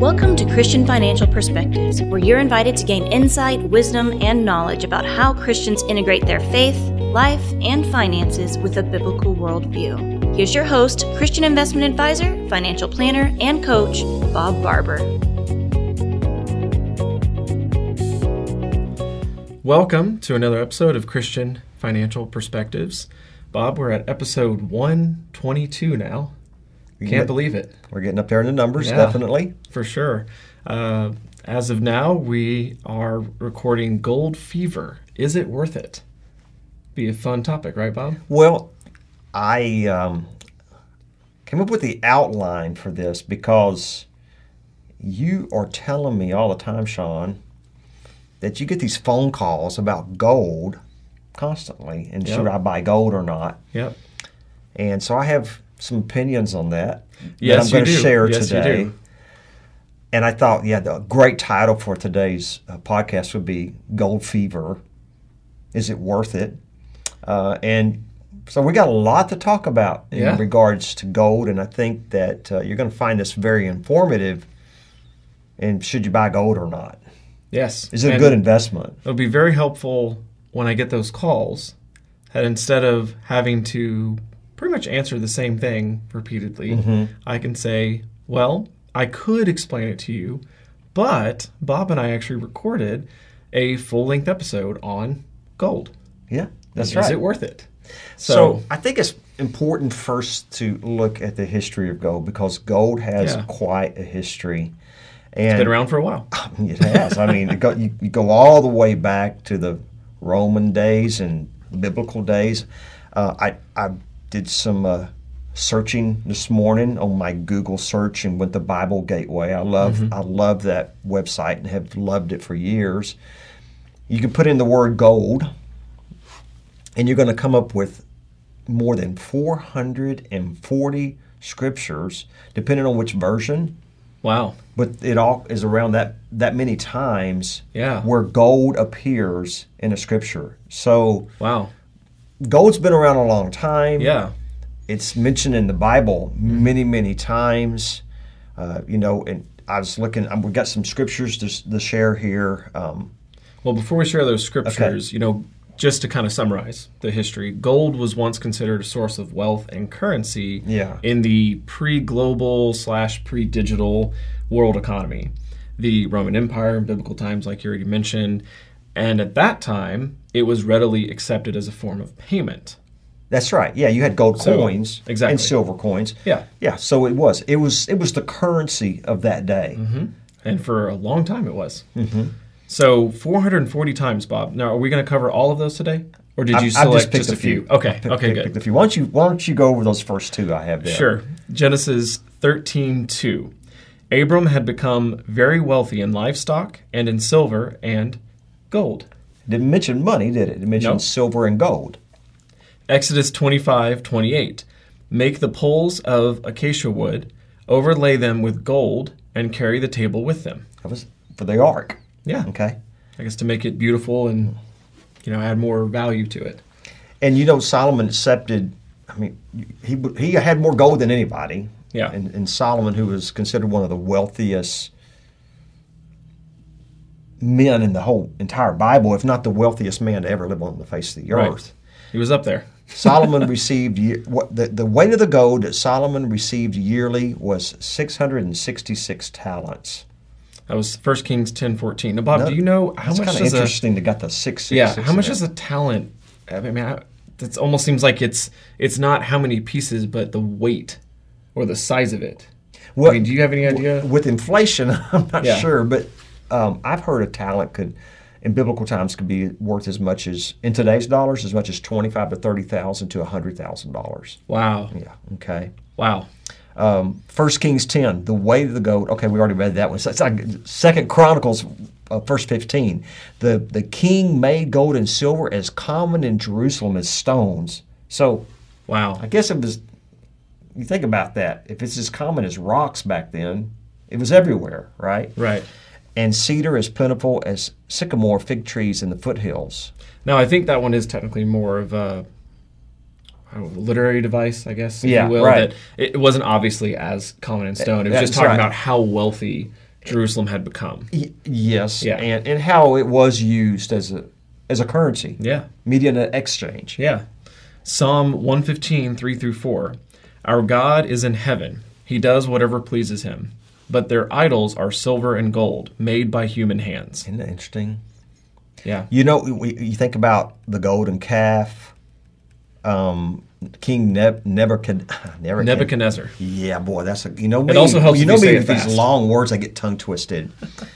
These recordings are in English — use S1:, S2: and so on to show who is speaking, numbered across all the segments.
S1: Welcome to Christian Financial Perspectives, where you're invited to gain insight, wisdom, and knowledge about how Christians integrate their faith, life, and finances with a biblical worldview. Here's your host, Christian investment advisor, financial planner, and coach, Bob Barber.
S2: Welcome to another episode of Christian Financial Perspectives. Bob, we're at episode 122 now. Can't believe it.
S3: We're getting up there in the numbers,
S2: Yeah.
S3: definitely.
S2: For sure. Uh, as of now, we are recording Gold Fever. Is it worth it? Be a fun topic, right, Bob?
S3: Well, I um, came up with the outline for this because you are telling me all the time, Sean, that you get these phone calls about gold constantly and
S2: Yep.
S3: should I buy gold or not?
S2: Yep.
S3: And so I have some opinions on that
S2: Yes,
S3: that I'm
S2: you
S3: going
S2: do.
S3: to share
S2: Yes, you
S3: today.
S2: do.
S3: And I thought, yeah, the great title for today's uh, podcast would be Gold Fever. Is it worth it? Uh, and so we got a lot to talk about in
S2: Yeah.
S3: regards to gold, and I think that uh, you're going to find this very informative. And should you buy gold or not?
S2: Yes.
S3: Is it a
S2: And
S3: good investment?
S2: It'll be very helpful when I get those calls that instead of having to pretty much answer the same thing repeatedly,
S3: Mm-hmm.
S2: I can say, well, I could explain it to you, but Bob and I actually recorded a full length episode on gold.
S3: Yeah, that's
S2: Is
S3: right.
S2: it worth it?
S3: So,
S2: So,
S3: I think it's important first to look at the history of gold because gold has
S2: Yeah.
S3: quite a history. And
S2: been around for a while.
S3: it has. I mean, it go, you, you go all the way back to the Roman days and biblical days. Uh, I, I did some uh, searching this morning on my Google search and went to Bible Gateway. I love I love that website and have loved it for years. You can put in the word gold, and you're going to come up with more than 440 scriptures, depending on which version
S2: Wow.
S3: but it all is around that that many times
S2: Yeah.
S3: where gold appears in a scripture so
S2: Wow.
S3: gold's been around a long time
S2: Yeah.
S3: it's mentioned in the bible many many times uh, you know and i was looking um, we got some scriptures to, s- to share here um,
S2: Well, before we share those scriptures, you know, just to kind of summarize the history, gold was once considered a source of wealth and currency
S3: Yeah.
S2: in the pre-global slash pre-digital world economy, the Roman Empire in biblical times, like you already mentioned, and at that time, it was readily accepted as a form of payment.
S3: That's right. Yeah, you had gold
S2: So,
S3: coins
S2: exactly.
S3: and silver coins.
S2: Yeah.
S3: yeah. So it was. It was. It was the currency of that day.
S2: Mm-hmm. and for a long time it was. Mm-hmm. So 440 times, Bob. Now, are we going to cover all of those today, or did you
S3: I've
S2: select just, a few? Okay,
S3: Pick-
S2: okay,
S3: pick-
S2: good.
S3: pick the few. Why don't you Why don't you go over those first two I have there?
S2: Sure. Genesis 13:2. Abram had become very wealthy in livestock and in silver and gold.
S3: Didn't mention money, did it? It mentioned
S2: No.
S3: silver and gold.
S2: Exodus 25:28. Make the poles of acacia wood, overlay them with gold and carry the table with them.
S3: That was for the ark.
S2: Yeah.
S3: Okay.
S2: I guess to make it beautiful and you know, add more value to it.
S3: And you know Solomon accepted. I mean, he he had more gold than anybody.
S2: Yeah.
S3: And, and Solomon, who was considered one of the wealthiest men in the whole entire Bible, if not the wealthiest man to ever live on the face of the
S2: Right.
S3: earth.
S2: He was up there.
S3: Solomon received ye- what the, the weight of the gold that Solomon received yearly was 666 talents.
S2: That was 1 Kings 10:14. Now, Bob,
S3: No,
S2: do you know how
S3: That's
S2: much
S3: kind of
S2: does a
S3: interesting. they got the six. six,
S2: Yeah,
S3: six
S2: how
S3: in
S2: much
S3: there.
S2: is a talent? I mean, I, it almost seems like it's it's not how many pieces, but the weight or the size of it.
S3: Well,
S2: I mean, do you have any idea?
S3: with inflation? I'm not
S2: Yeah.
S3: sure, but um, I've heard a talent could, in biblical times, could be worth as much as in today's dollars as much as twenty five to thirty thousand to hundred thousand dollars.
S2: Wow,
S3: Yeah. Okay.
S2: wow,
S3: First Kings ten, the way of the goat. Okay, we already read that one. So it's like Second Chronicles, uh, first fifteen. The the king made gold and silver as common in Jerusalem as stones. So
S2: wow.
S3: I guess it was. You think about that. If it's as common as rocks back then, it was everywhere, right?
S2: Right
S3: And cedar as plentiful as sycamore fig trees in the foothills.
S2: now, I think that one is technically more of a, I don't know, literary device, I guess. If
S3: Yeah,
S2: you will,
S3: right. Eh,
S2: That it, it wasn't obviously as common in stone. It was
S3: That-
S2: just
S3: that's
S2: talking
S3: right.
S2: about how wealthy Jerusalem had become.
S3: Y- yes,
S2: Yeah.
S3: and, and how it was used as a as a currency,
S2: Yeah.
S3: medium of exchange.
S2: Yeah. Psalm 115, 3 through 4. Our God is in heaven. He does whatever pleases him. But their idols are silver and gold, made by human hands.
S3: Isn't that interesting?
S2: Yeah.
S3: You know, we, you think about the golden calf, um, King Neb- Nebuchadnezzar.
S2: Nebuchadnezzar.
S3: Yeah, boy, that's a you know me.
S2: also helps
S3: you
S2: if
S3: know
S2: you say
S3: me
S2: it
S3: with
S2: fast.
S3: these long words. I get tongue twisted.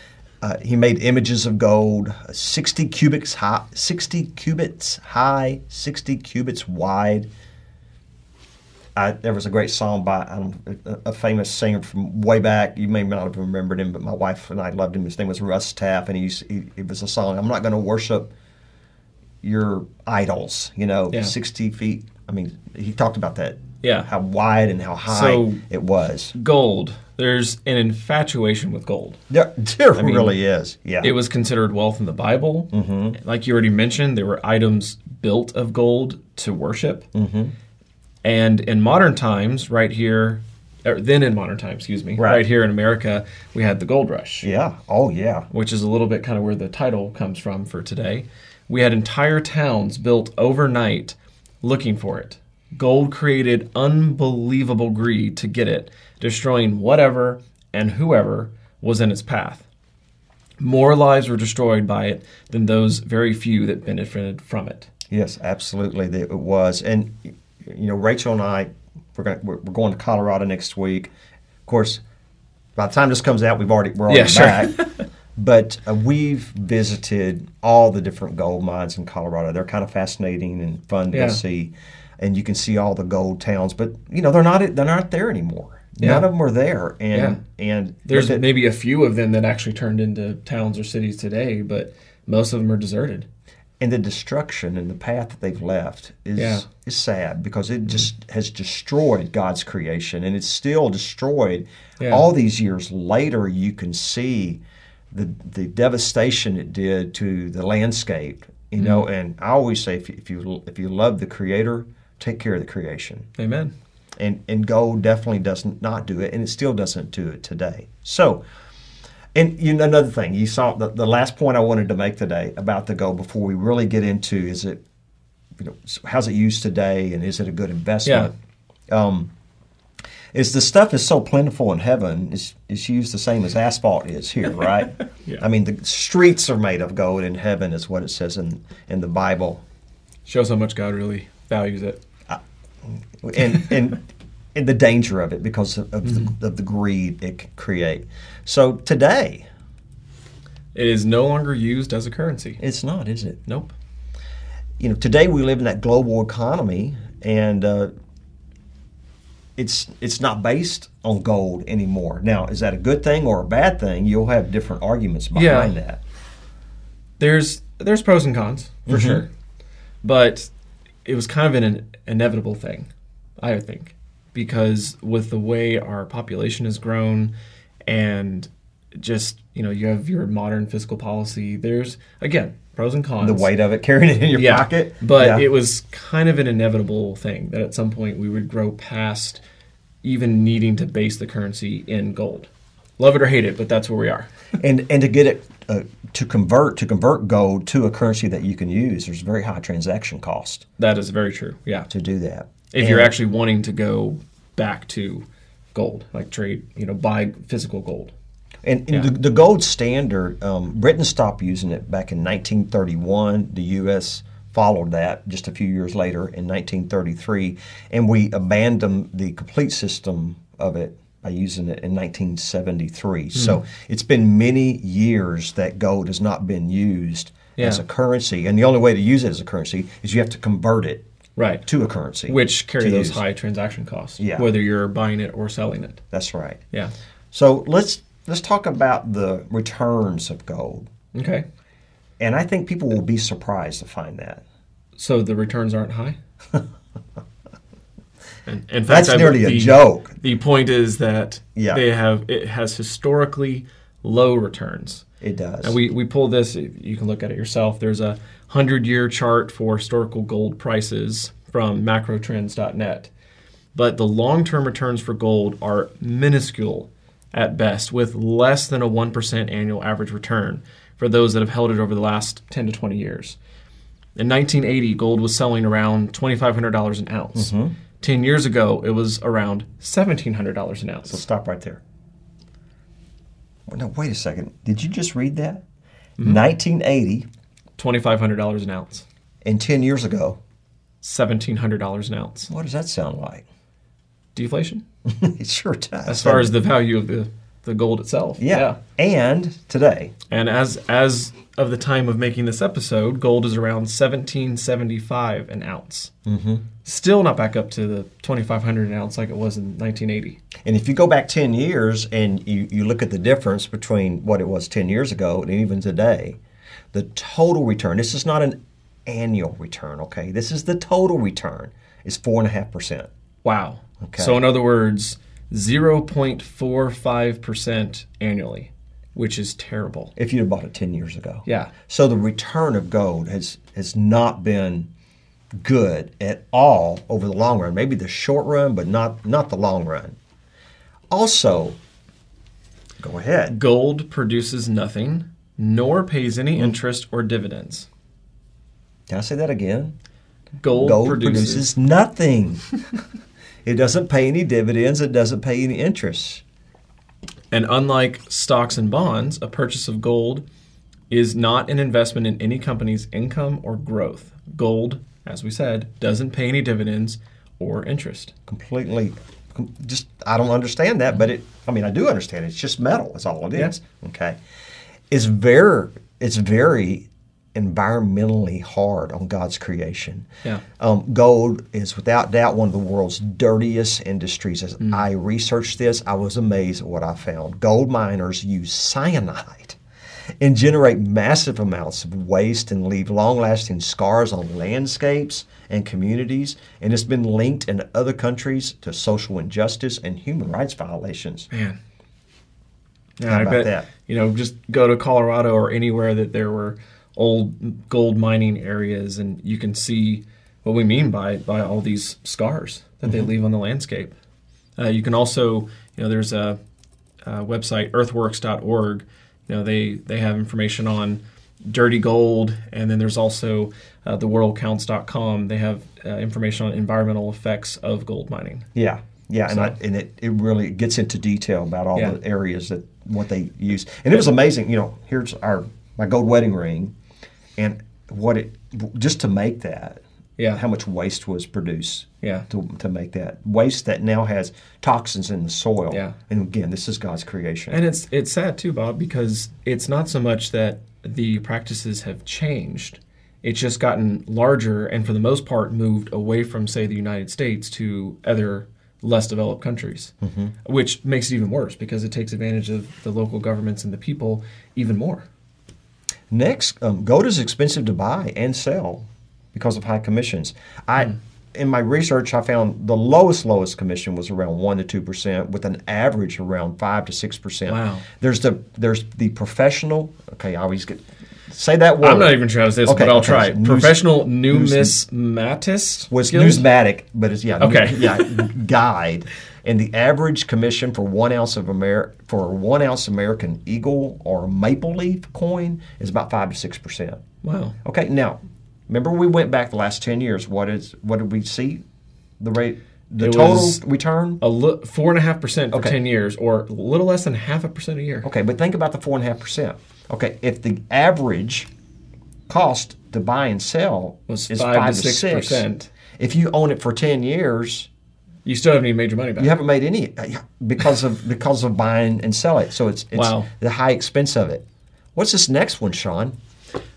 S3: Uh, he made images of gold, uh, sixty cubits high, sixty cubits high, sixty cubits wide. I, there was a great song by um, a, a famous singer from way back. You may not have remembered him, but my wife and I loved him. His name was Russ Taff, and he, used, he it was a song. I'm not going to worship your idols. You know,
S2: Yeah.
S3: sixty feet. I mean, he talked about that.
S2: Yeah.
S3: how wide and how high
S2: So-
S3: it was.
S2: Gold. There's an infatuation with gold.
S3: There, there really is. Yeah.
S2: It was considered wealth in the Bible. Mm-hmm. Like you already mentioned, there were items built of gold to worship. Mm-hmm. And in modern times, right here, or then in modern times, excuse me,
S3: Right.
S2: right, here in America, we had the gold rush.
S3: yeah. Oh, yeah.
S2: which is a little bit kind of where the title comes from for today. We had entire towns built overnight looking for it. Gold created unbelievable greed to get it, destroying whatever and whoever was in its path. More lives were destroyed by it than those very few that benefited from it.
S3: Yes, absolutely. That It was. And, you know, Rachel and I, we're, gonna, we're we're going to Colorado next week. Of course, by the time this comes out, we've already, we're already
S2: Yeah, sure.
S3: back. but uh, we've visited all the different gold mines in Colorado. They're kind of fascinating and fun to
S2: Yeah.
S3: see. And you can see all the gold towns, but you know they're not they're not there anymore. None of them are there, and and
S2: There's
S3: but that-
S2: maybe a few of them that actually turned into towns or cities today, but most of them are deserted.
S3: and the destruction and the path that they've left is
S2: Yeah.
S3: is sad because it just has destroyed God's creation and it's still destroyed.
S2: Yeah.
S3: All these years later, you can see the the devastation it did to the landscape. You
S2: Mm-hmm.
S3: know, and I always say if you, if you if you love the Creator, take care of the creation.
S2: Amen.
S3: And and gold definitely doesn't not do it, and it still doesn't do it today. So. And you know, another thing, you saw the, the last point I wanted to make today about the gold before we really get into is it, you know, s- how's it used today and is it a good investment? Um, is the stuff is so plentiful in heaven is is used the same as asphalt is here, right?
S2: Yeah.
S3: I mean, the streets are made of gold in heaven is what it says in in the Bible.
S2: Shows how much God really values it.
S3: and and and the danger of it because of, of,
S2: Mm-hmm.
S3: the, of the greed it can create. So today,
S2: It is no longer used as a currency.
S3: it's not, is it?
S2: Nope.
S3: You know, today we live in that global economy, and uh, it's it's not based on gold anymore. Now, is that a good thing or a bad thing? You'll have different arguments behind
S2: Yeah.
S3: that.
S2: There's there's pros and cons for
S3: Mm-hmm.
S2: sure, but it was kind of an inevitable thing, I think, because with the way our population has grown, and just you know you have your modern fiscal policy. There's again pros and cons.
S3: The weight of it, carrying it in your pocket,
S2: But
S3: Yeah.
S2: it was kind of an inevitable thing that at some point we would grow past even needing to base the currency in gold. Love it or hate it, but that's where we are.
S3: and and to get it uh, to convert to convert gold to a currency that you can use, there's very high transaction cost
S2: That is very true. Yeah.
S3: to do that.
S2: If you're
S3: And-
S2: actually wanting to go back to gold, like trade, you know, buy physical gold.
S3: And, and the, the gold standard, um, Britain stopped using it back in 1931. The U.S. followed that just a few years later in 1933, and we abandoned the complete system of it by using it in
S2: Hmm.
S3: 1973. So it's been many years that gold has not been used as
S2: Yeah.
S3: a currency, and the only way to use it as a currency is you have to convert it
S2: Right.
S3: to a currency,
S2: Which carry
S3: to
S2: those
S3: use.
S2: high transaction costs,
S3: Yeah.
S2: whether you're buying it or selling it.
S3: That's right.
S2: Yeah.
S3: So let's let's talk about the returns of gold.
S2: Okay.
S3: And I think people will be surprised to find that.
S2: So the returns aren't high? And, in fact,
S3: That's
S2: I-
S3: nearly
S2: the-
S3: a joke.
S2: The point is that
S3: Yeah.
S2: they have it has historically low returns.
S3: It does.
S2: And we, we pull this, you can look at it yourself. There's a 100 year chart for historical gold prices from macrotrends.net. But the long term returns for gold are minuscule at best, with less than a 1% annual average return for those that have held it over the last 10 to 20 years. In 1980, gold was selling around $2,500 an ounce. 10 years ago, it was around $1,700 an ounce.
S3: So stop right there. Well, no, wait a second. Did you just read that? 1980
S2: $2,500 an ounce,
S3: and 10 years ago.
S2: $1,700 an ounce.
S3: What does that sound like?
S2: Deflation?
S3: it sure does.
S2: As far as the value of the, the gold itself.
S3: yeah. And today,
S2: And as as of the time of making this episode, gold is around seventeen seventy five an ounce. Mm-hmm. Still not back up to the twenty five hundred an ounce like it was in nineteen eighty.
S3: And if you go back 10 years and you, you look at the difference between what it was 10 years ago and even today, the total return, this is not an annual return, okay? This is the total return, is 4.5%.
S2: Wow.
S3: Okay.
S2: So in other words, zero point four five percent annually, which is terrible.
S3: If you'd have bought it 10 years ago.
S2: Yeah.
S3: So the return of gold has, has not been good at all over the long run. Maybe the short run, but not, not the long run. Also, go ahead.
S2: Gold produces nothing, nor pays
S3: Mm-hmm.
S2: any interest or dividends.
S3: Can I say that again?
S2: Gold,
S3: gold
S2: produces,
S3: produces nothing. it doesn't pay any dividends. It doesn't pay any interest.
S2: And unlike stocks and bonds, a purchase of gold is not an investment in any company's income or growth. Gold, as we said, doesn't pay any dividends or interest.
S3: Completely, com- just I don't understand that. But it, I mean, I do understand. It. It's just metal. That's all it is. Okay. It's very, it's very environmentally hard on God's creation.
S2: Yeah.
S3: Um, gold is without doubt one of the world's dirtiest industries. As I researched this, I was amazed at what I found. Gold miners use cyanide and generate massive amounts of waste and leave long lasting scars on landscapes and communities. And it's been linked in other countries to social injustice and human rights violations.
S2: Man.
S3: How
S2: I
S3: about
S2: bet,
S3: that?
S2: You know, just go to Colorado or anywhere that there were old gold mining areas and you can see what we mean by by all these scars that
S3: Mm-hmm.
S2: they leave on the landscape. Uh, you can also, you know, there's a, uh website earthworks.org. You know, they they have information on dirty gold, and then there's also uh, theworldcounts.com. They have uh, information on environmental effects of gold mining.
S3: Yeah, yeah, and, I, and it, it really gets into detail about all
S2: Yeah.
S3: the areas that what they use, and it was amazing. You know, here's our my gold wedding ring, and what it just to make that.
S2: Yeah.
S3: how much waste was produced?
S2: Yeah.
S3: to, to make that waste that now has toxins in the soil.
S2: Yeah.
S3: and again, this is God's creation.
S2: And it's it's sad too, Bob, because it's not so much that the practices have changed; it's just gotten larger, and for the most part, moved away from, say, the United States to other less developed countries,
S3: Mm-hmm.
S2: which makes it even worse because it takes advantage of the local governments and the people even more.
S3: Next, um, gold is expensive to buy and sell because of high commissions.
S2: Hmm.
S3: I, in my research, I found the lowest lowest commission was around one to two percent, with an average around five to six percent.
S2: Wow.
S3: There's the there's the professional. Okay, I always get say that word.
S2: I'm not even sure how to say this,
S3: Okay,
S2: but I'll
S3: okay,
S2: try.
S3: so news-
S2: Professional numismatist.
S3: was
S2: guild?
S3: newsmatic, but it's yeah,
S2: Okay.
S3: new- yeah, guide. And the average commission for one ounce of Amer- for one ounce American Eagle or Maple Leaf coin is about five to six percent.
S2: Wow.
S3: Okay, now remember we went back the last ten years. What is what did we see? The rate, the
S2: It
S3: total
S2: was-
S3: return.
S2: A li- four and a half percent for
S3: Okay.
S2: ten years, or a little less than half a percent a year.
S3: Okay, but think about the four and a half percent. Okay, if the average cost to buy and sell
S2: Was
S3: is
S2: five to
S3: five to
S2: six
S3: six
S2: percent.
S3: if you own it for ten years,
S2: You still haven't even made your money back.
S3: you haven't made any because of because of buying and sell it. So it's, it's
S2: Wow.
S3: the high expense of it. What's this next one, Sean?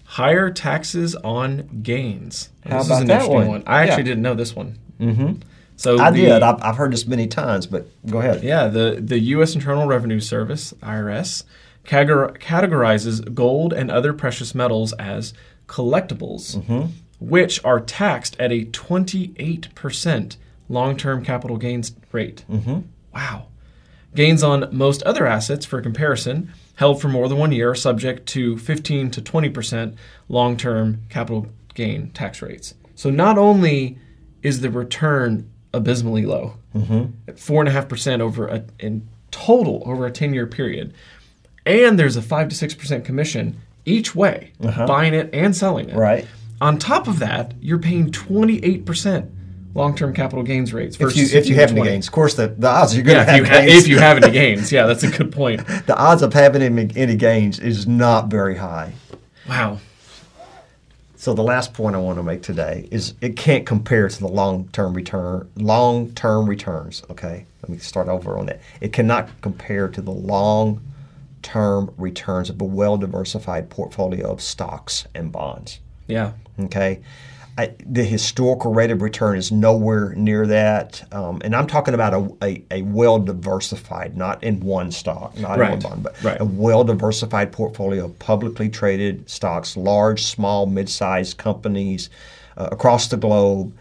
S2: Higher taxes on gains.
S3: How
S2: this is
S3: about
S2: an
S3: that
S2: interesting
S3: one?
S2: I actually
S3: Yeah.
S2: didn't know this one. Mm-hmm. So
S3: I
S2: the-
S3: did. I've, I've heard this many times, but go ahead.
S2: yeah, the the U.S. Internal Revenue Service (IRS) categor- categorizes gold and other precious metals as collectibles,
S3: Mm-hmm.
S2: which are taxed at a 28 percent long-term capital gains rate. Mm-hmm. Wow. Gains on most other assets, for comparison, held for more than one year are subject to 15 to 20% long term capital gain tax rates. So not only
S3: Mm-hmm.
S2: is the return abysmally low, at 4.5% over a, an total over a 10 year period. And there's a 5 to 6% commission each way, buying it and selling it.
S3: Uh-huh. Right.
S2: On top of that, you're paying 28% long term capital gains rates
S3: If
S2: versus
S3: you if
S2: 15
S3: you have
S2: to
S3: any
S2: 20.
S3: gains, of course the, the odds you're going to
S2: Yeah, if you,
S3: have
S2: ha-
S3: gains.
S2: if you have any gains. Yeah, that's a good point.
S3: the odds of having any, any gains is not very high.
S2: Wow.
S3: So the last point I want to make today is it can't compare to the long-term return, long-term returns. Okay, let me start over on that. It cannot compare to the long-term returns of a well-diversified portfolio of stocks and bonds.
S2: Yeah.
S3: Okay, I, the historical rate of return is nowhere near that, um, and I'm talking about a, a, a well-diversified, not in one stock, not in one
S2: Right,
S3: bond, but
S2: right.
S3: a well-diversified portfolio of publicly traded stocks, large, small, mid-sized companies uh, across the globe.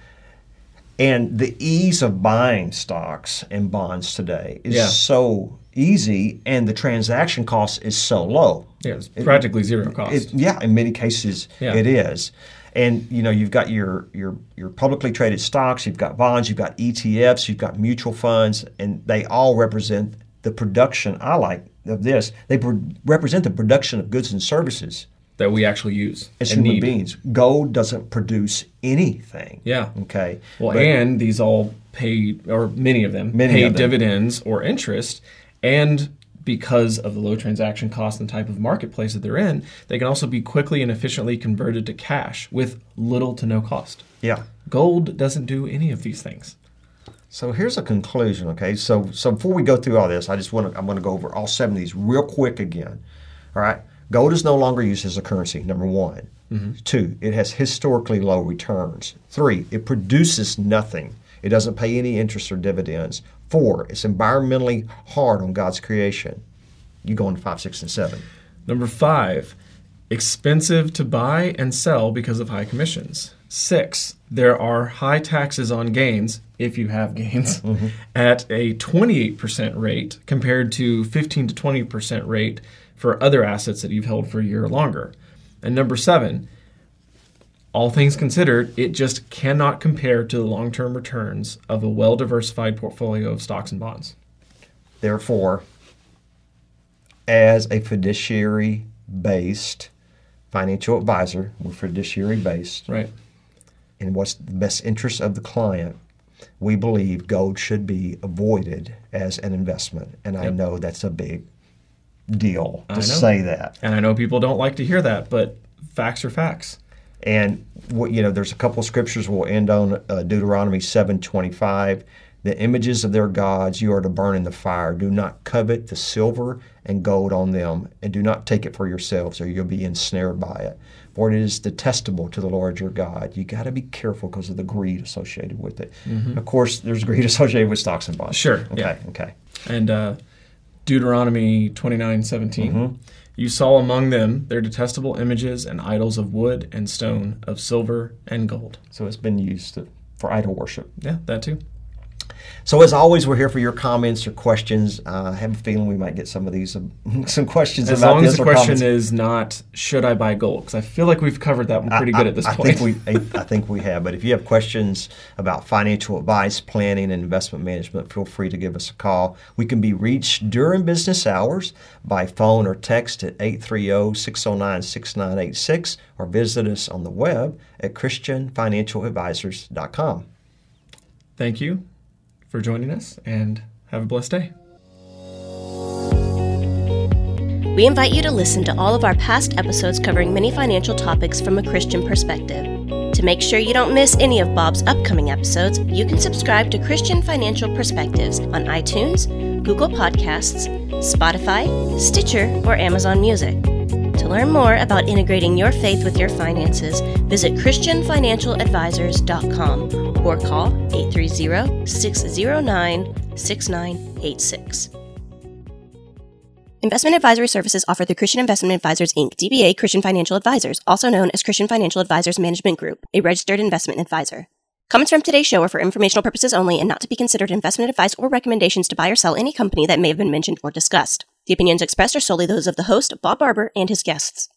S3: And the ease of buying stocks and bonds today is
S2: Yeah.
S3: so easy, and the transaction cost is so low.
S2: Yeah, it's practically zero cost.
S3: It, yeah, in many cases
S2: Yeah.
S3: it is. And you know, you've got your your your publicly traded stocks, you've got bonds, you've got ETFs, you've got mutual funds, and they all represent the production. I like of this. They pro- represent the production of goods and services
S2: that we actually use
S3: as
S2: and
S3: human
S2: need.
S3: beings. Gold doesn't produce anything.
S2: Yeah.
S3: Okay.
S2: Well,
S3: But-
S2: and these all pay, or many of them
S3: Many
S2: pay
S3: of them.
S2: dividends or interest, and because of the low transaction cost and type of marketplace that they're in, they can also be quickly and efficiently converted to cash with little to no cost.
S3: yeah.
S2: Gold doesn't do any of these things.
S3: So here's a conclusion, okay? So so before we go through all this, I just want to I'm going to go over all seven of these real quick again. All right. Gold is no longer used as a currency. Number one. Two, it has historically low returns. Three, it produces nothing. It doesn't pay any interest or dividends. Four, it's environmentally hard on God's creation. You go into five, six, and seven.
S2: Number five, expensive to buy and sell because of high commissions. Six, there are high taxes on gains, if you have gains, at a 28% rate compared to 15 to 20% rate for other assets that you've held for a year or longer. And number seven, all things considered, it just cannot compare to the long term returns of a well diversified portfolio of stocks and bonds.
S3: Therefore, as a fiduciary based financial advisor, we're fiduciary based.
S2: Right.
S3: and what's the best interest of the client, we believe gold should be avoided as an investment. And I know that's a big deal to
S2: know.
S3: say that.
S2: And I know people don't like to hear that, but facts are facts.
S3: And what you know, there's a couple of scriptures we'll end on uh, Deuteronomy 7:25. The images of their gods you are to burn in the fire. Do not covet the silver and gold on them, and do not take it for yourselves, or you'll be ensnared by it. For it is detestable to the Lord your God. You got to be careful because of the greed associated with it. Of course, there's greed associated with stocks and bonds.
S2: Mm-hmm. Sure,
S3: Okay.
S2: yeah.
S3: Okay.
S2: and uh, Deuteronomy twenty nine seventeen,
S3: Mm-hmm.
S2: You saw among them their detestable images and idols of wood and stone, of silver and gold.
S3: So it's been used to, for idol worship.
S2: Yeah, that too.
S3: So as always, we're here for your comments or questions. Uh, I have a feeling we might get some of these, um, some questions
S2: As
S3: about
S2: long
S3: this
S2: as the
S3: or
S2: question
S3: comments.
S2: is not, should I buy gold? Because I feel like we've covered that one pretty good at this
S3: I,
S2: point.
S3: I think we, I, I think we have. But if you have questions about financial advice, planning, and investment management, feel free to give us a call. We can be reached during business hours by phone or text at oh, 830-609-6986 or visit us on the web at christianfinancialadvisors.com.
S2: Thank you for joining us and have a blessed day.
S1: We invite you to listen to all of our past episodes covering many financial topics from a Christian perspective. To make sure you don't miss any of Bob's upcoming episodes, you can subscribe to Christian Financial Perspectives on iTunes, Google Podcasts, Spotify, Stitcher, or Amazon Music. To learn more about integrating your faith with your finances, visit ChristianFinancialAdvisors.com or call 830 609 6986. Investment advisory services offered through Christian Investment Advisors Inc., DBA Christian Financial Advisors, also known as Christian Financial Advisors Management Group, a registered investment advisor. Comments from today's show are for informational purposes only and not to be considered investment advice or recommendations to buy or sell any company that may have been mentioned or discussed. The opinions expressed are solely those of the host, Bob Barber, and his guests.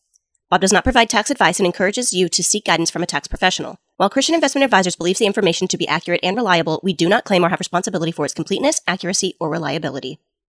S1: Bob does not provide tax advice and encourages you to seek guidance from a tax professional. While Christian Investment Advisors believes the information to be accurate and reliable, we do not claim or have responsibility for its completeness, accuracy, or reliability.